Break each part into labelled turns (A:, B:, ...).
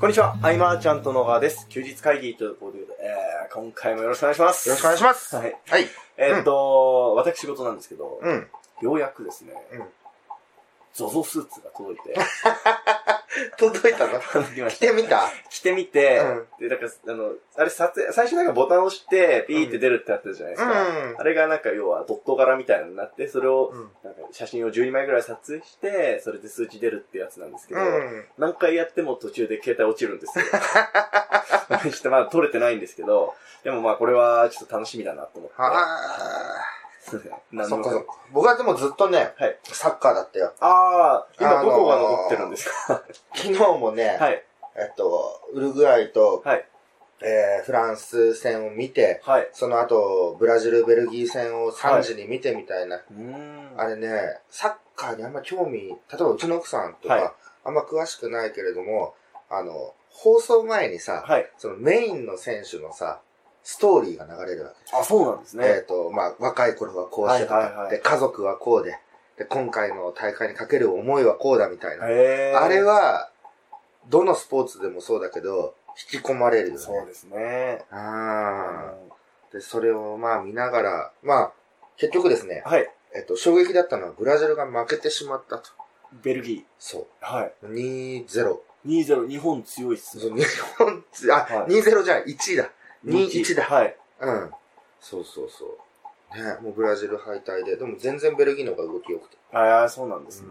A: こんにちは、アイマーちゃんと野川です。休日会議ということで、えー、今回もよろしくお願いします。
B: よろしくお願いします。
A: はい。
B: はい。
A: えーっと、私事なんですけど、
B: うん。
A: ようやくですね、
B: うん
A: ゾゾスーツが届 いて、
B: 届いたの
A: 届きま
B: 来
A: した
B: てみた
A: 着てみて、
B: うん
A: で、なんか、あの、あれ撮影、最初なんかボタンを押して、ピーって出るってあったじゃないですか。
B: うん
A: あれがなんか要はドット柄みたいなのになって、それを、
B: うん。
A: なんか写真を12枚ぐらい撮影して、それで数値出るってやつなんですけど、
B: うん。
A: 何回やっても途中で携帯落ちるんですよ。 してまだ撮れてないんですけど、でもまあこれはちょっと楽しみだなと思って。
B: は
A: そうですね
B: あ。
A: 何
B: そ
A: の
B: っかそっか。僕はでもずっとね、
A: はい
B: サッカーだったよ。
A: ああ、今
B: あ
A: ど
B: のー
A: こが残ってるんですか
B: 昨日もね、
A: はい。
B: えっと、ウルグアイと、
A: はい。
B: えー、フランス戦を見て、
A: はい。
B: その後、ブラジル、ベルギー戦を3時に見てみたいな。
A: うーん。
B: あれね、サッカーにあんま興味、例えばうちの奥さんとか、
A: はい
B: あんま詳しくないけれども、あの、放送前にさ、
A: はい。
B: そのメインの選手のさ、ストーリーが流れるわけ。
A: あ、そうなんですね。
B: えっ、と、まあ、若い頃はこうしてた、
A: はいはいはい
B: で、家族はこうで、で、今回の大会にかける思いはこうだみたいな。
A: へー
B: あれは、どのスポーツでもそうだけど、引き込まれるよね。
A: そうですね。
B: あーで、それをまあ見ながら、まあ、結局ですね、
A: はい。
B: えっ、と、衝撃だったのはブラジルが負けてしまったと。
A: ベルギ
B: そ
A: ー。はい。
B: う。2-0。
A: 2-0、日本強いっす
B: そ
A: ね。
B: う日本、あ、
A: はい
B: 2-0じゃない、1位だ。2-1だ。
A: はい。
B: うん。そうそうそう。ね、もうブラジル敗退で、でも全然ベルギーの方が動き良くて。
A: ああ、そうなんですね。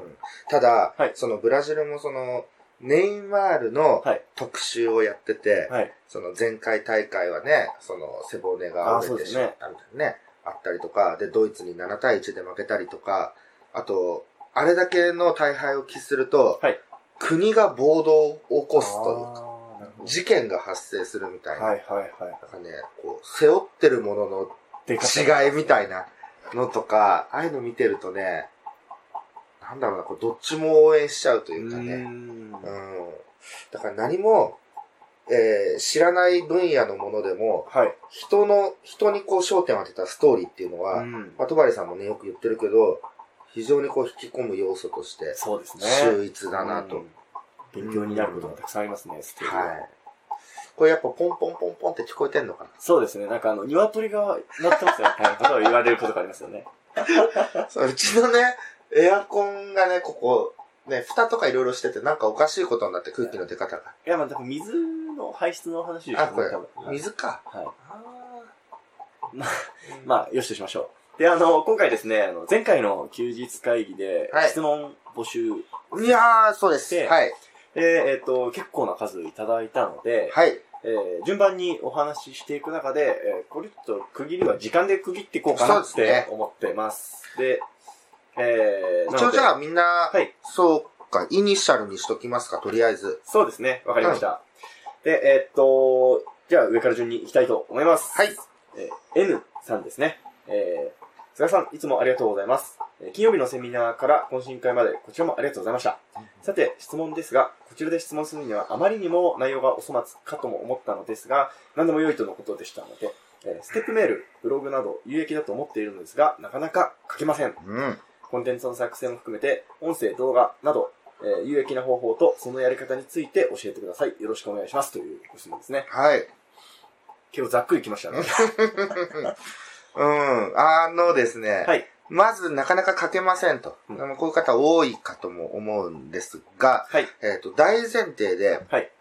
B: ただ、
A: はい
B: そのブラジルもその、ネイマールの
A: はい
B: 特集をやってて、
A: はい。
B: その前回大会はね、その背骨が折れてしまったみたいなね、あったりとか、で、ドイツに7対1で負けたりとか、あと、あれだけの大敗を喫すると、
A: はい
B: 国が暴動を起こすというか、
A: あーなるほど
B: 事件が発生するみたいな、
A: はいはいはい。
B: なんかね、こう、背負ってるものの
A: でかさ
B: 違いみたいなのとか、ああいうの見てるとね、なんだろうな、こうどっちも応援しちゃうというか
A: うー
B: ね。
A: ん
B: うん。だから何も、えー知らない分野のものでも、
A: はい。
B: 人の、人にこう焦点を当てたストーリーっていうのは、
A: うん
B: まあ、戸張さんもね、よく言ってるけど、非常にこう引き込む要素として、
A: そうですね。
B: 秀逸だなと。
A: うん勉強になることがたくさんありますね、ステージは
B: はい。これやっぱポンポンポンポンって聞こえてんのか
A: そうですね。なんかあの、鶏が鳴ってます よみたいなことを言われることがありますよね。
B: なそううちのね、エアコンがね、ここ、ね、蓋とかいろいろしてて、なんかおかしいことになって空気の出方が。
A: いや、まあ、多分水の排出の話です
B: あ、これ
A: 多分。、はい
B: 水か。
A: はい。ま
B: ま
A: あまあ、よしとしましょう。で、あの、今回ですね、あの前回の休日会議で
B: はい
A: 質問募集
B: あ、いやー、そうです。
A: で
B: はい。
A: で、えっ、と、結構な数いただいたので、
B: はい。
A: えー順番にお話ししていく中で、えーこれちょっと区切りは時間で区切っていこうかなっ
B: そうです
A: て
B: ね
A: 思ってます。で、えー、
B: 一応じ
A: あ、
B: ゃあみんな、
A: はい。
B: そうか、イニシャルにしときますか、とりあえず。
A: そうですね。わかりました。で、えーっと、じゃあ上から順に行きたいと思います。
B: はい。
A: えー N さんですね。えー、菅さん、いつもありがとうございます。えー金曜日のセミナーから懇親会まで、こちらもありがとうございました。さて、質問ですが、こちらで質問するにはあまりにも内容がお粗末かとも思ったのですが、何でも良いとのことでしたので、えーステップメール、ブログなど有益だと思っているのですが、なかなか書けません。
B: うん。
A: コンテンツの作成も含めて、音声、動画など、えー有益な方法とそのやり方について教えてください。よろしくお願いします。というご質問ですね。
B: はい。
A: 結構ざっくりきました ね。
B: うん。あのですね。
A: はい。
B: まず、なかなか書けませんと。
A: うん
B: あのこういう方多いかとも思うんですが、
A: はい。
B: えっ、と、大前提で、
A: はい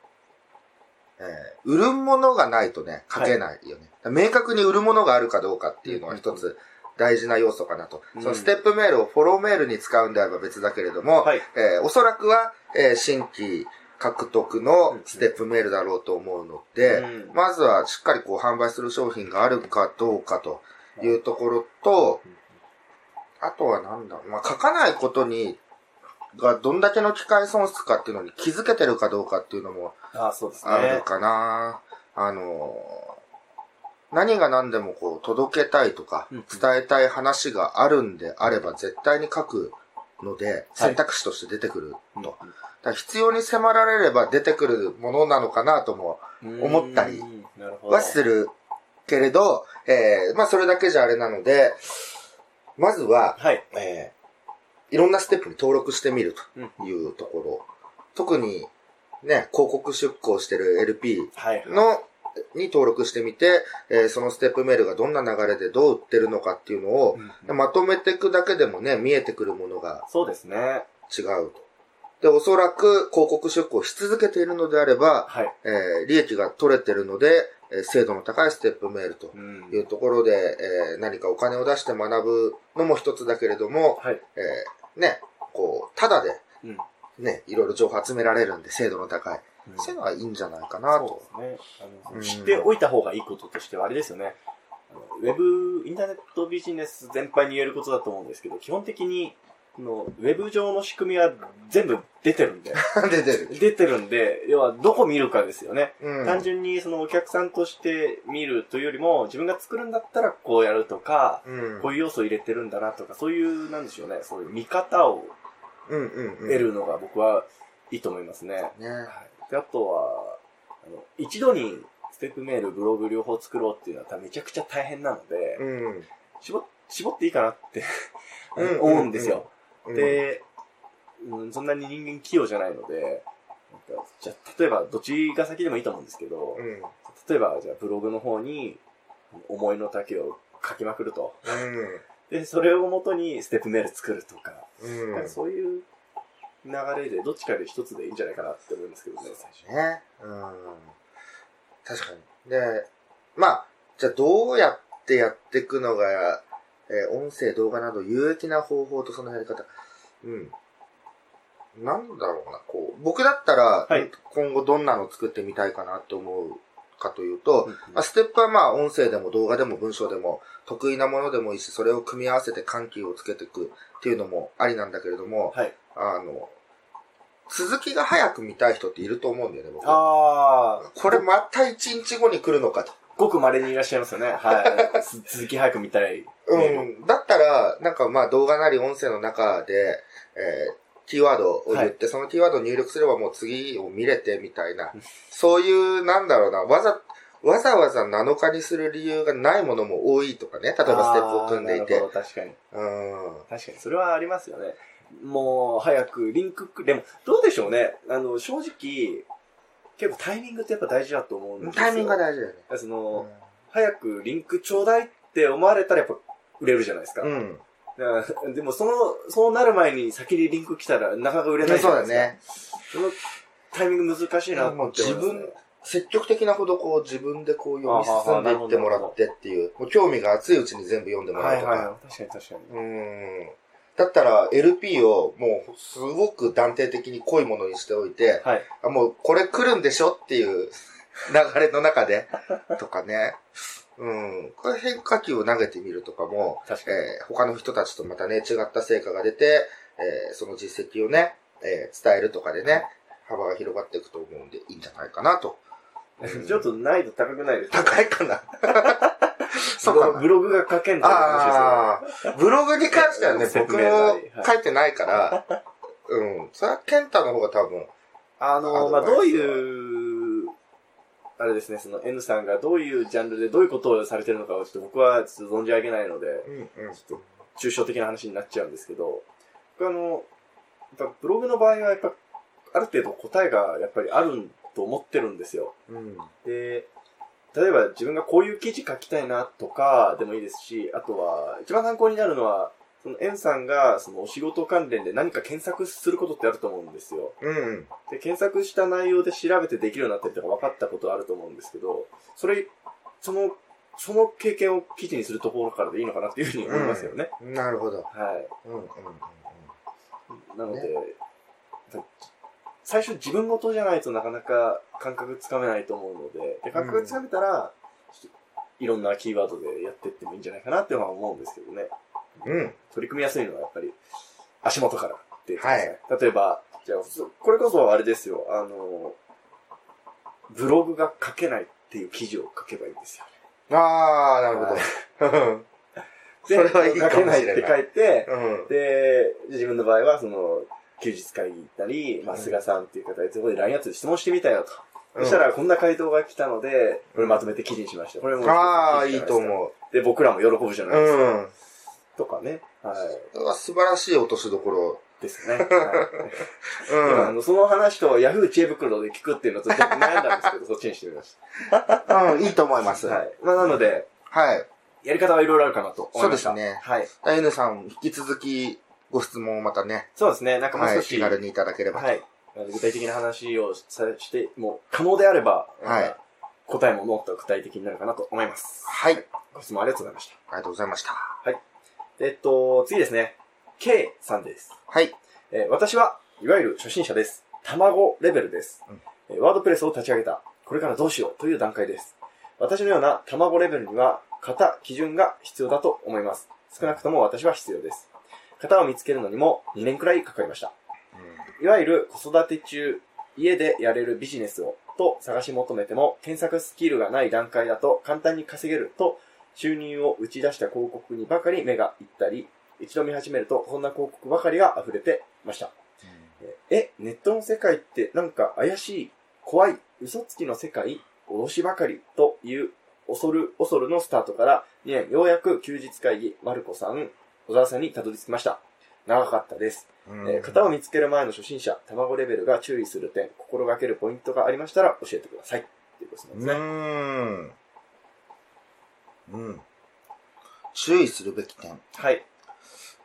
B: えー売るものがないとね、書けないよね。明確に売るものがあるかどうかっていうのは一つ大事な要素かなと。
A: うん
B: そのステップメールをフォローメールに使うんであれば別だけれども、
A: はい。
B: えーおそらくは、えー新規獲得のステップメールだろうと思うので、
A: うん
B: まずはしっかりこう販売する商品があるかどうかというところと、あとはなんだろう、まあ、書かないことに、がどんだけの機会損失かっていうのに気づけてるかどうかっていうのも
A: ああ、そうですね。
B: あるかな、あのー、何が何でもこう届けたいとか
A: うん
B: 伝えたい話があるんであれば絶対に書くので選択肢として出てくると。だから必要に迫られれば出てくるものなのかなとも
A: うん
B: 思ったり
A: うんなるほど。
B: はするけれど、えーまあそれだけじゃあれなので、まずは、
A: はい。
B: えーいろんなステップに登録してみると
A: うん
B: いうところ。特に、ね、広告出稿してる LP
A: はいはい。
B: の、に登録してみて、えーそのステップメールがどんな流れでどう売ってるのかっていうのを、
A: うん
B: まとめていくだけでもね、見えてくるものが
A: そうですね。
B: 違うと。で、おそらく広告出稿し続けているのであれば、
A: はい。
B: えー利益が取れてるので、えー精度の高いステップメールと
A: うん。
B: いうところで、えー何かお金を出して学ぶのも一つだけれども、
A: はい。
B: えーね、こう、ただで
A: うん、
B: ね、いろいろ情報集められるんで、精度の高い。
A: うん
B: そういうのはいいんじゃないかなと。
A: そうですねあ
B: う
A: の。
B: ん
A: 知っておいた方がいいこととしては、あれですよね。あのウェブ、インターネットビジネス全般に言えることだと思うんですけど、基本的に、このウェブ上の仕組みは全部出てるんで、
B: 出てる。
A: 出てるんで、要はどこ見るかですよね。
B: うん。
A: 単純にそのお客さんとして見るというよりも、自分が作るんだったらこうやるとか、
B: うん。
A: こういう要素を入れてるんだなとか、そういう、なんでしょうね、そういう見方を
B: うんうんうん。
A: 得るのが僕はいいと思いますね。
B: ね。
A: はい、であとはあの、一度にステップメール、ブログ両方作ろうっていうのは多分めちゃくちゃ大変なので、
B: うん。
A: 絞絞っていいかなって
B: うん
A: 思うんですよ。
B: うん、
A: で、うん、そんなに人間器用じゃないので、なんかじゃあ例えばどっちが先でもいいと思うんですけど、
B: うん。
A: 例えばじゃあブログの方に思いの丈を書きまくると。で、それをもとにステップメール作るとか、
B: うん。
A: な
B: うんん
A: か。そういう流れでどっちかで一つでいいんじゃないかなって思いますけどね、最初。
B: ね。うん。確かに。で、まあ、じゃあどうやってやっていくのが、えー音声、動画など有益な方法とそのやり方。うん。なんだろうな、こう、僕だったら、
A: はい
B: 今後どんなの作ってみたいかなって思うかというと、まあ、
A: あ
B: ステップはまあ音声でも動画でも文章でも得意なものでもいいし、それを組み合わせて緩急をつけていくっていうのもありなんだけれども、
A: はい。
B: あの、続きが早く見たい人っていると思うんだよね、僕。
A: ああ、
B: これまた1日後に来るのかと。
A: ごく稀にいらっしゃいますよね。はい。 す続き早く見たい。
B: うん。だったら、なんかまあ動画なり音声の中で、えーキーワードを言って、そのキーワードを入力すればもう次を見れてみたいな
A: うん。
B: そういう、なんだろうな、わざ、わざわざ7日にする理由がないものも多いとかね。例えばステップを組んで
A: あー
B: い
A: な
B: て
A: る。ほど確かに。
B: うん。
A: 確かに。それはありますよね。もう、早くリンクく、でも、どうでしょうね。あの、正直、結構タイミングってやっぱ大事だと思うんですよ。
B: タイミングが大事だよね。
A: その、早くリンクちょうだいって思われたらやっぱ売れるじゃないですか。
B: うん。
A: だからでも、その、そうなる前に先にリンク来たらなかなか売れないじ
B: そ
A: ゃ
B: う
A: ない
B: だ
A: ですか。
B: ね。
A: そのタイミング難しいなって思いますね
B: もう自分積極的なほどこう自分でこう読み進んでいってもらってっていう、もう興味が熱いうちに全部読んでも
A: は
B: らう
A: い
B: と
A: はい
B: か。
A: はい。確かに確かに。
B: うん。だったら LP をもうすごく断定的に濃いものにしておいて、
A: はい。
B: あもうこれ来るんでしょっていう流れの中 で、とかね。うん。これ変化球を投げてみるとかも、
A: 確かに。
B: えー他の人たちとまたね、違った成果が出て、えーその実績をね、えー伝えるとかでね、幅が広がっていくと思うんでいいんじゃないかなと。うん
A: ちょっと難易度高くないですか
B: 高いかなそうか
A: ブ
B: な。
A: ロブログが書けんのあ。
B: ああ、ブログに関してはね、
A: 説
B: 僕
A: 明ない
B: も書いてないから、 うん、それはケンタの方が多分、
A: あの、まあ、
B: アド
A: どう
B: バイス
A: いう、あれですね、その N さんがどういうジャンルでどういうことをされてるのかをちょっと僕はちょっと存じ上げないので、
B: うんうん、
A: ちょっと抽象的な話になっちゃうんですけど、僕あの、やっぱブログの場合はやっぱ、ある程度答えがやっぱりあると思ってるんですよ。
B: うん、
A: で、例えば自分がこういう記事書きたいなとかでもいいですし、あとは、一番参考になるのは、その、エンさんが、その、お仕事関連で何か検索することってあると思うんですよ。
B: うん、
A: で、検索した内容で調べてできるようになってるとか分かったことあると思うんですけど、それ、その、その経験を記事にするところからでいいのかなっていうふうに思いますよね。
B: なるほど。
A: はい。
B: うん、うん、うん、
A: なので、最初自分事じゃないとなかなか感覚つかめないと思うので、で感覚つかめたら、ちょっといろんなキーワードでやっていってもいいんじゃないかなってのは思うんですけどね。
B: うん、うん、
A: 取り組みやすいのはやっぱり足元からっていうとこ
B: は
A: で
B: い
A: すね、例えば、じゃあ、そこれこそあれですよ、あの、ブログが書けないっていう記事を書けばいいんですよ。
B: ああ、なるほど。それはいいかもし
A: 書けないっ
B: れない
A: て書いて、
B: うん、
A: で、自分の場合は、その、休日会議行ったり、まあ、菅さんっていう方で、そこで LINE やつで質問してみたよと。そしたら、こんな回答が来たので、これまとめて記事にしました。これも。
B: ああ、いいと
A: う。
B: 思
A: で、僕らも喜ぶじゃ
B: う。
A: ないですか。
B: うん。
A: とかね。は
B: それは素晴らしい落としどころ。
A: い。です ね。はい今あ
B: う
A: のその話とヤフー知恵袋で聞くっていうのとちょっと悩んだんですけど、そっちにしてみまし
B: ん。うん、いいと思います。
A: た。
B: は。
A: はいい。まあなので、やり方はいろいろあるかなと思いました。
B: そうですね
A: はい。
B: N さん、引き続きご質問をまたね、
A: そうですね。なんかもう
B: は
A: 少
B: い、
A: し、
B: 気
A: はい
B: 軽。にいただければ。
A: あの具体的な話をさして、もう可能であれば、
B: はい
A: なんか答えももっと具体的になるかなと思います。
B: はい。あり
A: ご質問ありがとうございました。
B: がとうございました。
A: えっと、次ですね。K さんです。
B: はい。
A: えー私はいわゆる初心者です。卵レベルです、えーワードプレスを立ち上げた。これからどうしようという段階です。私のような卵レベルには型、基準が必要だと思います。少なくとも私は必要です。型を見つけるのにも2年くらいかかりました。いわゆる子育て中、家でやれるビジネスをと探し求めても検索スキルがない段階だと簡単に稼げると収入を打ち出した広告にばかり目がいったり、一度見始めるとこんな広告ばかりが溢れてました。え、ネットの世界ってなんか怪しい、怖い、嘘つきの世界、脅しばかりという恐る恐るのスタートから2年ようやく休日会議、マルコさん、小沢さんにたどり着きました。長かったです。
B: うん
A: えー型を見つける前の初心者、卵レベルが注意する点、心がけるポイントがありましたら教えてください。っていうことです
B: う
A: ね。
B: ーん。うん。注意するべき点。
A: はい。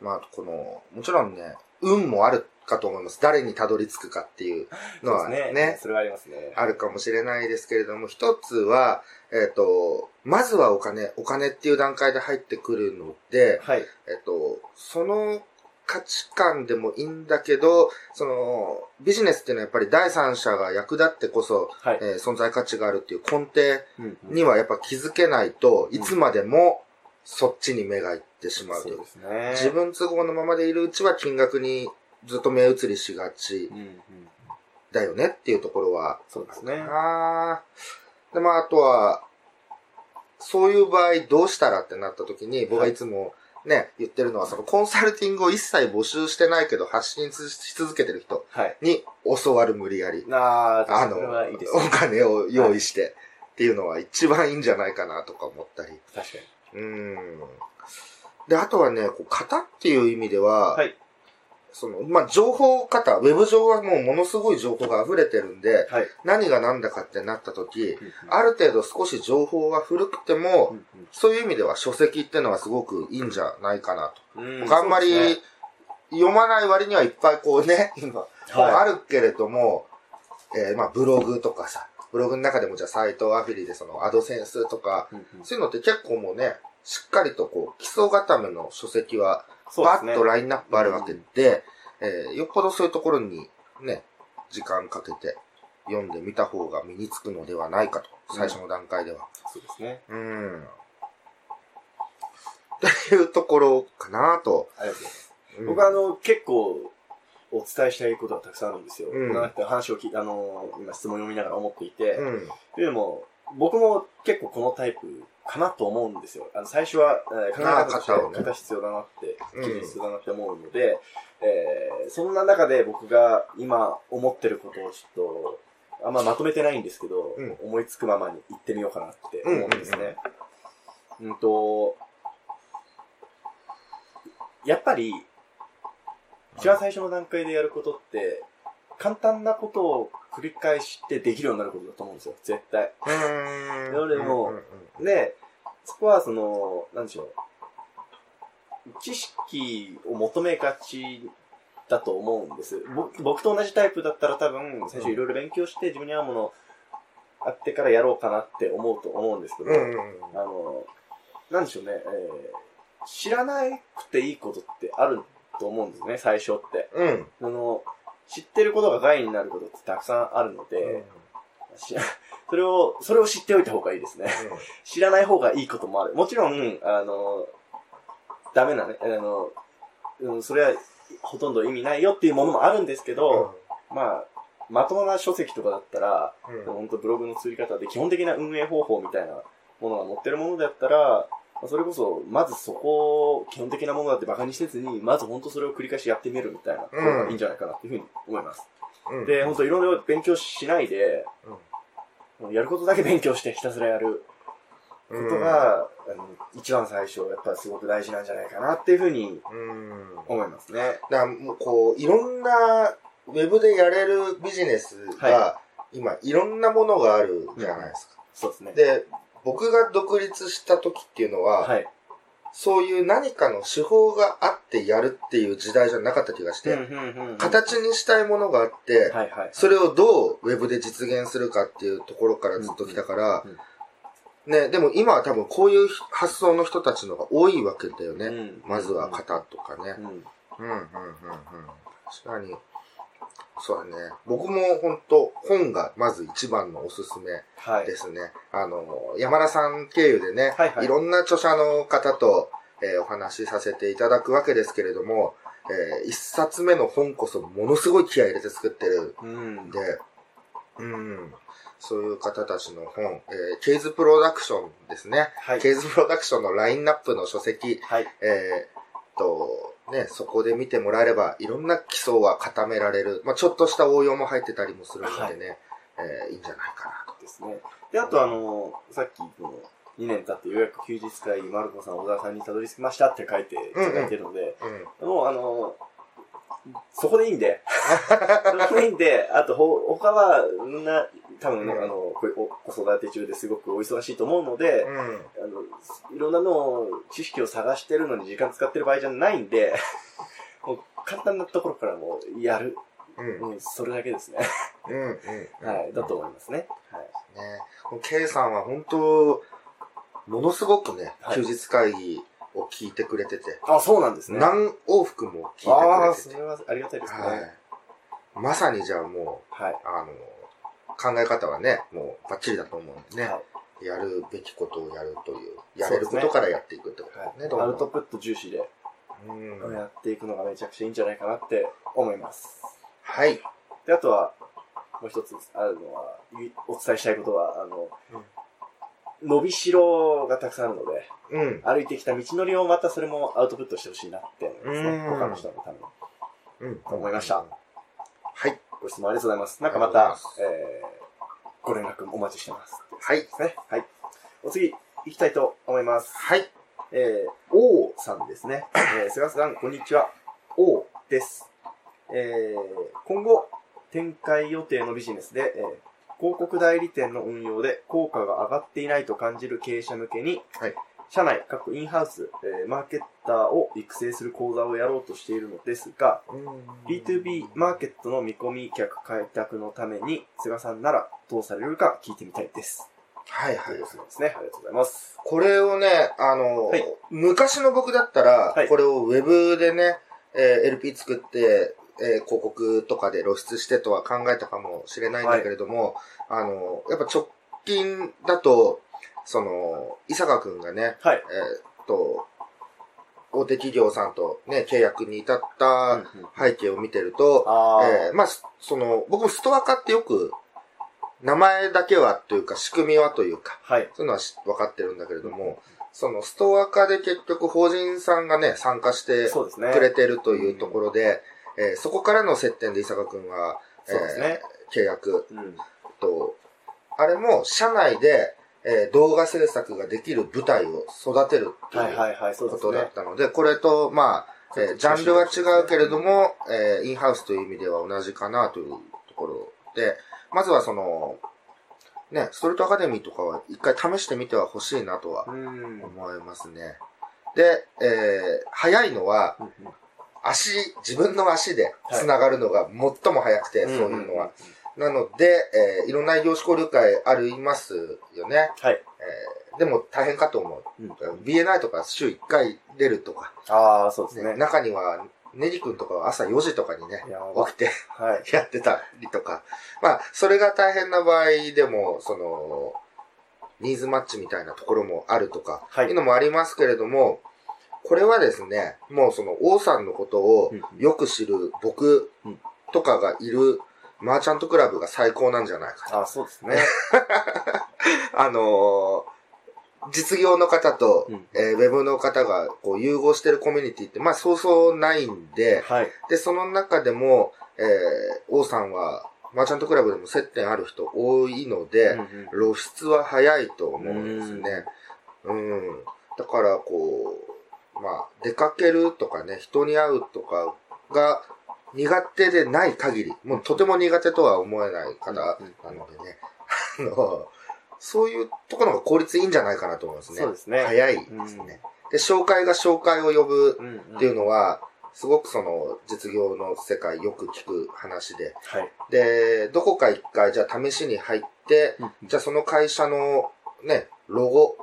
B: まあ、この、もちろんね、運もあるかと思います。誰にたどり着くかっていうのは
A: そうです
B: ね、
A: それはありますね。
B: あるかもしれないですけれども、一つは、えっ、と、まずはお金、お金っていう段階で入ってくるので、
A: はい。
B: えっ、と、その価値観でもいいんだけど、その、ビジネスっていうのはやっぱり第三者が役立ってこそ、
A: はい。
B: えー存在価値があるっていう根底
A: うんうん
B: にはやっぱ気づけないと、
A: うん
B: いつまでもそっちに目がいってしまうと
A: そ
B: いうう
A: で。すね。
B: 自分都合のままでいるうちは金額にずっと目移りしがち
A: うんうん。
B: だよねっていうところは。
A: そうですね。
B: あーで、まああとは、そういう場合どうしたらってなった時に、僕がいつもね、言ってるのは、そのコンサルティングを一切募集してないけど発信し続けてる人
A: はい。
B: に教わる無理やり。
A: あ
B: あ
A: あ、
B: の、
A: それはいいです
B: お
A: ね。
B: 金を用意してっていうのは一番いいんじゃないかなとか思ったり。
A: 確かに。
B: うん。で、あとはね、こう型っていう意味では、
A: はい
B: その、まあ、情報型、ウェブ上はもうものすごい情報が溢れてるんで、
A: はい。
B: 何が何だかってなった時、ある程度少し情報は古くても、そういう意味では書籍ってのはすごくいいんじゃないかなと。
A: うん
B: 僕あんまり
A: そうですね
B: 読まない割にはいっぱいこうね、今、
A: はい
B: あるけれども、えーまあブログとかさ、ブログの中でもじゃあサイトアフィリでそのアドセンスとか、
A: うんうん
B: そういうのって結構もうね、しっかりとこう基礎固めの書籍は
A: そうで
B: バ
A: す
B: ッ
A: ね
B: と。ラインナップあるわけで、えーよっぽどそういうところにね、時間かけて読んでみた方が身につくのではないかと、最初の段階では。
A: そうですね。
B: うん。っていうところかなと。
A: ありがとうございます。
B: うん
A: 僕はあ、の、結構、お伝えしたいことがたくさんあるんですよ。
B: うん
A: なんか話を聞いあの、今質問を読みながら思っていて、
B: うん。
A: というのも、僕も結構このタイプかなと思うんですよ。あの最初は、えー考え方として
B: あー型をね
A: 型必要だなって、
B: うん
A: 基準必要だなって思うので、えーそんな中で僕が今思ってることをちょっと、あんままとめてないんですけど、
B: うん
A: 思いつくままに言ってみようかなって思うんですね。うんと、やっぱり、一番最初の段階でやることって、簡単なことを繰り返してできるようになることだと思うんですよ、絶対。
B: うん
A: どれも
B: うんうんうん
A: で、そこはその、なんでしょう。知識を求めがちだと思うんです。僕僕と同じタイプだったら多分、最初いろいろ勉強して自分に合うものあってからやろうかなって思うと思うんですけど、
B: うんうん
A: あの、なんでしょうね、えー知らなくていいことってあると思うんですね、最初って。
B: うん。うん。
A: あの、知ってることが害になることってたくさんあるので、し それを、それを知っておいた方がいいですね。知らない方がいいこともある。もちろん、あの、ダメなね、あの、うん、それはほとんど意味ないよっていうものもあるんですけど、まあ、まともな書籍とかだったら、
B: うんうん
A: 本当ブログの作り方で基本的な運営方法みたいなものが載ってるものだったら、まあそれこそ、まずそこを基本的なものだって馬鹿にせずに、まず本当それを繰り返しやってみるみたいなことがいいんじゃないかなっていうふうに思います。
B: うん
A: で、本当いろいろ勉強しないで、
B: うん
A: もうやることだけ勉強してひたすらやる。ことが、あの一番最初、やっぱすごく大事なんじゃないかなっていうふうに
B: うん。だか
A: 思いますね。
B: らもうこう、いろんな、ウェブでやれるビジネスが、
A: は
B: 今、いろんなものがあるじゃないですか。
A: そうですね。
B: で、僕が独立した時っていうのは、
A: はい。
B: そういう何かの手法があってやるっていう時代じゃなかった気がして、
A: うん
B: 形にしたいものがあって、
A: はいはい。
B: それをどうウェブで実現するかっていうところからずっと来たから
A: うんうん、
B: ね、でも今は多分こういう発想の人たちの方が多いわけだよね。
A: うん
B: まずは型とかね
A: う。ん。
B: うんうんうんうん。確かに。そうだね。僕も本当本がまず一番のおすすめ
A: はい
B: で。すね。あの、山田さん経由でね、
A: はい
B: い
A: はい
B: ろんな著者の方と、えーお話しさせていただくわけですけれども、えー一冊目の本こそものすごい気合い入れて作ってる
A: うん。
B: で、うん、そういう方たちの本、えーケイズプロダクションですね。
A: はい。
B: ケイズプロダクションのラインナップの書籍、
A: はい。
B: えーと、ね、そこで見てもらえれば、いろんな基礎は固められる。まあちょっとした応用も入ってたりもするのでね、い、えーいいんじゃないかなと。
A: ですね。で、あとあの、さっきの2年経ってようやく休日会、マルコさん、小沢さんにたどり着きましたって書いていただいてるので、
B: うん。
A: もうあの、そこでいいんで、そこでいいんで、あとほ、他は、みんな、多分ね、
B: うん
A: あの、こうお子育て中ですごくお忙しいと思うので、
B: うん。
A: あの、いろんなのを、知識を探してるのに時間使ってる場合じゃないん で、もう簡単なところからもうやる。
B: うん。
A: もうそれだけですね。
B: うん。うん。
A: はい。だと思いますね。
B: ね。もう K さんは本当、ものすごくね、
A: はい
B: 休日会議を聞いてくれてて、
A: あ、そうなんですね。
B: 何往復も聞いてくれてて。
A: ああ、それはありがたいですね。
B: はい。まさにじゃあも
A: はい。
B: う、あの、考え方はね、もうバッチリだと思うんでね、
A: は
B: やるべきことをやるという、
A: で
B: や
A: すね
B: れることからやっていくってことですね、どん
A: ア
B: どん
A: ウトプット重視で
B: うん
A: やっていくのがめちゃくちゃいいんじゃないかなって思います。
B: はい。
A: で、あとは、もう一つあるのは、ゆお伝えしたいことは、あの、伸びしろがたくさんあるので、
B: うん。
A: 歩いてきた道のりをまたそれもアウトプットしてほしいなって思いますね。
B: うん
A: 他の人のために。
B: うん。
A: 思いました
B: はい。
A: ご質問ありがとうございます。なんかま
B: あり
A: た
B: がとう、ご
A: えー、ご連絡お待ちしてます。
B: はい。
A: ですね。はい。お次、行きたいと思います。
B: はい。
A: えー、王さんですね。えー、菅さん、こんにちは。王です。えー、今後、展開予定のビジネスで、えー広告代理店の運用で効果が上がっていないと感じる経営者向けに、
B: はい
A: 社内各インハウス、えーマーケッターを育成する講座をやろうとしているのですが、B2B マーケットの見込み客開拓のために、菅さんならどうされるか聞いてみたいです。
B: はい
A: と
B: はい
A: いう。ことですね。ありがとうございます。
B: これをね、あの、
A: はい
B: 昔の僕だったら、
A: はい
B: これをウェブでね、えー LP 作って、えー広告とかで露出してとは考えたかもしれないんだけれども、あの、やっぱ直近だと、その、伊坂くんがね、
A: はい
B: え。ーっと、大手企業さんとね、契約に至った背景を見てると、
A: あ
B: えーまあ、すその、僕もストア化ってよく、名前だけはというか、仕組みはというか、
A: はい。
B: そういうのはし分かってるんだけれども、そのストア化で結局法人さんがね、参加して
A: そうですね。
B: くれてるというところで、えーそこからの接点で伊坂くんは、えー
A: そうですね。
B: 契約
A: うん。
B: と、あれも社内で、えー動画制作ができる舞台を育てるって
A: はいいうはいはい、そう
B: こ
A: です
B: とだっ
A: ね。
B: たので、これと、まあ、えージャンルは違うけれども、えーインハウスという意味では同じかなというところで、まずはその、ね、ストリートアカデミーとかは一回試してみてはほしいなとは
A: うん。
B: 思いますね。で、えー早いのは、足、自分の足で繋がるのが最も早くて、そういうのは。。なので、えーいろんな異業種交流会ありますよね。
A: はい。
B: えーでも大変かと思う。
A: うん
B: BNI とか週1回出るとか、
A: ああ、そうです
B: ね
A: ね。
B: 中には、ネギ君とかは朝4時とかにね、
A: やば
B: 起きて
A: はい。
B: やってたりとか。まあ、それが大変な場合でも、その、ニーズマッチみたいなところもあるとか、
A: はい
B: い、うのもありますけれども、これはですね、もうその王さんのことをよく知る僕
A: うん
B: とかがいるマーチャントクラブが最高なんじゃないかな。
A: ああ、そうですね。
B: あのー実業の方と、
A: うん
B: えーウェブの方がこう融合してるコミュニティって、まあそうそうないんで、
A: はい。
B: で、その中でも、えー、王さんは、マーチャントクラブでも接点ある人多いので、
A: うんうん
B: 露出は早いと思うんですね。うん。だから、こう、まあ、出かけるとかね、人に会うとかが苦手でない限り、もうとても苦手とは思えない方なのでね、 あの、そういうところが効率いいんじゃないかなと思いますね。
A: そうですね
B: 早いですね。で、紹介が紹介を呼ぶ
A: うんうん
B: っていうのは、すごくその実業の世界よく聞く話で、
A: はい。
B: で、どこか一回じゃあ試しに入って、じゃあその会社のね、ロゴ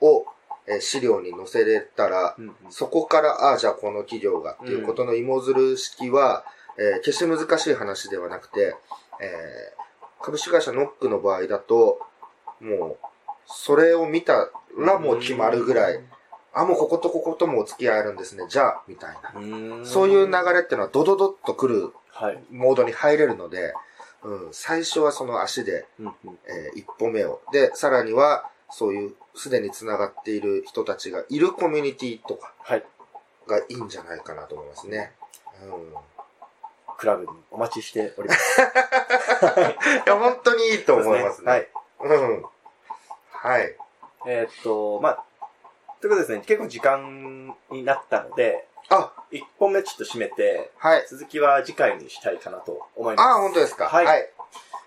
B: をえー資料に載せれたら、
A: うんうん
B: そこから、ああ、じゃあこの企業がっていうことの芋づる式は、えー決して難しい話ではなくて、えー株式会社ノックの場合だと、もう、それを見たらもう決まるぐらい、あ、もうこことここともお付き合いあるんですね、じゃあ、みたいな。
A: うん。
B: そういう流
A: な
B: れってのはドドドッと来る
A: はい。
B: モードに入れるので、うん、最初はその足で、
A: うんうん
B: えー一歩目を。で、さらには、そういう、すでに繋がっている人たちがいるコミュニティとか
A: はい。
B: がいいんじゃないかなと思いますね。うん。
A: クラブにお待ちしております。
B: いや、本当にいいと思いますね。
A: はい。
B: うん。はい。
A: えーっと、まあ、ということですね、結構時間になったので、
B: あ、
A: 1本目ちょっと締めて、
B: はい。
A: 続きは次回にしたいかなと思います。
B: あ、本当ですか。
A: はい
B: はい、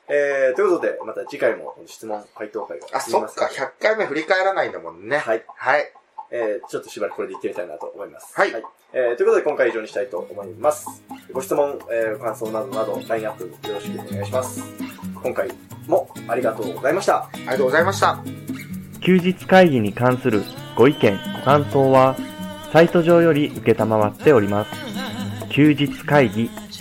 A: えー、ということで、また次回も質問回答会が
B: あ、
A: あり
B: そ
A: ま
B: っ
A: すの
B: か。
A: で。
B: 100回目振り返らないんだもんね。
A: はい。
B: はい。
A: えー、ちょっとしばらくこれでいってみたいなと思います。
B: はい
A: えー、ということで今回以上にしたいと思います。ご質問、えー、ご感想などなど、ラインアップよろしくお願いします。今回もありがとうございました。
B: ありがとうございました。
C: 休日会議に関するご意見、ご感想は、サイト上より受けたまわっております。休日会議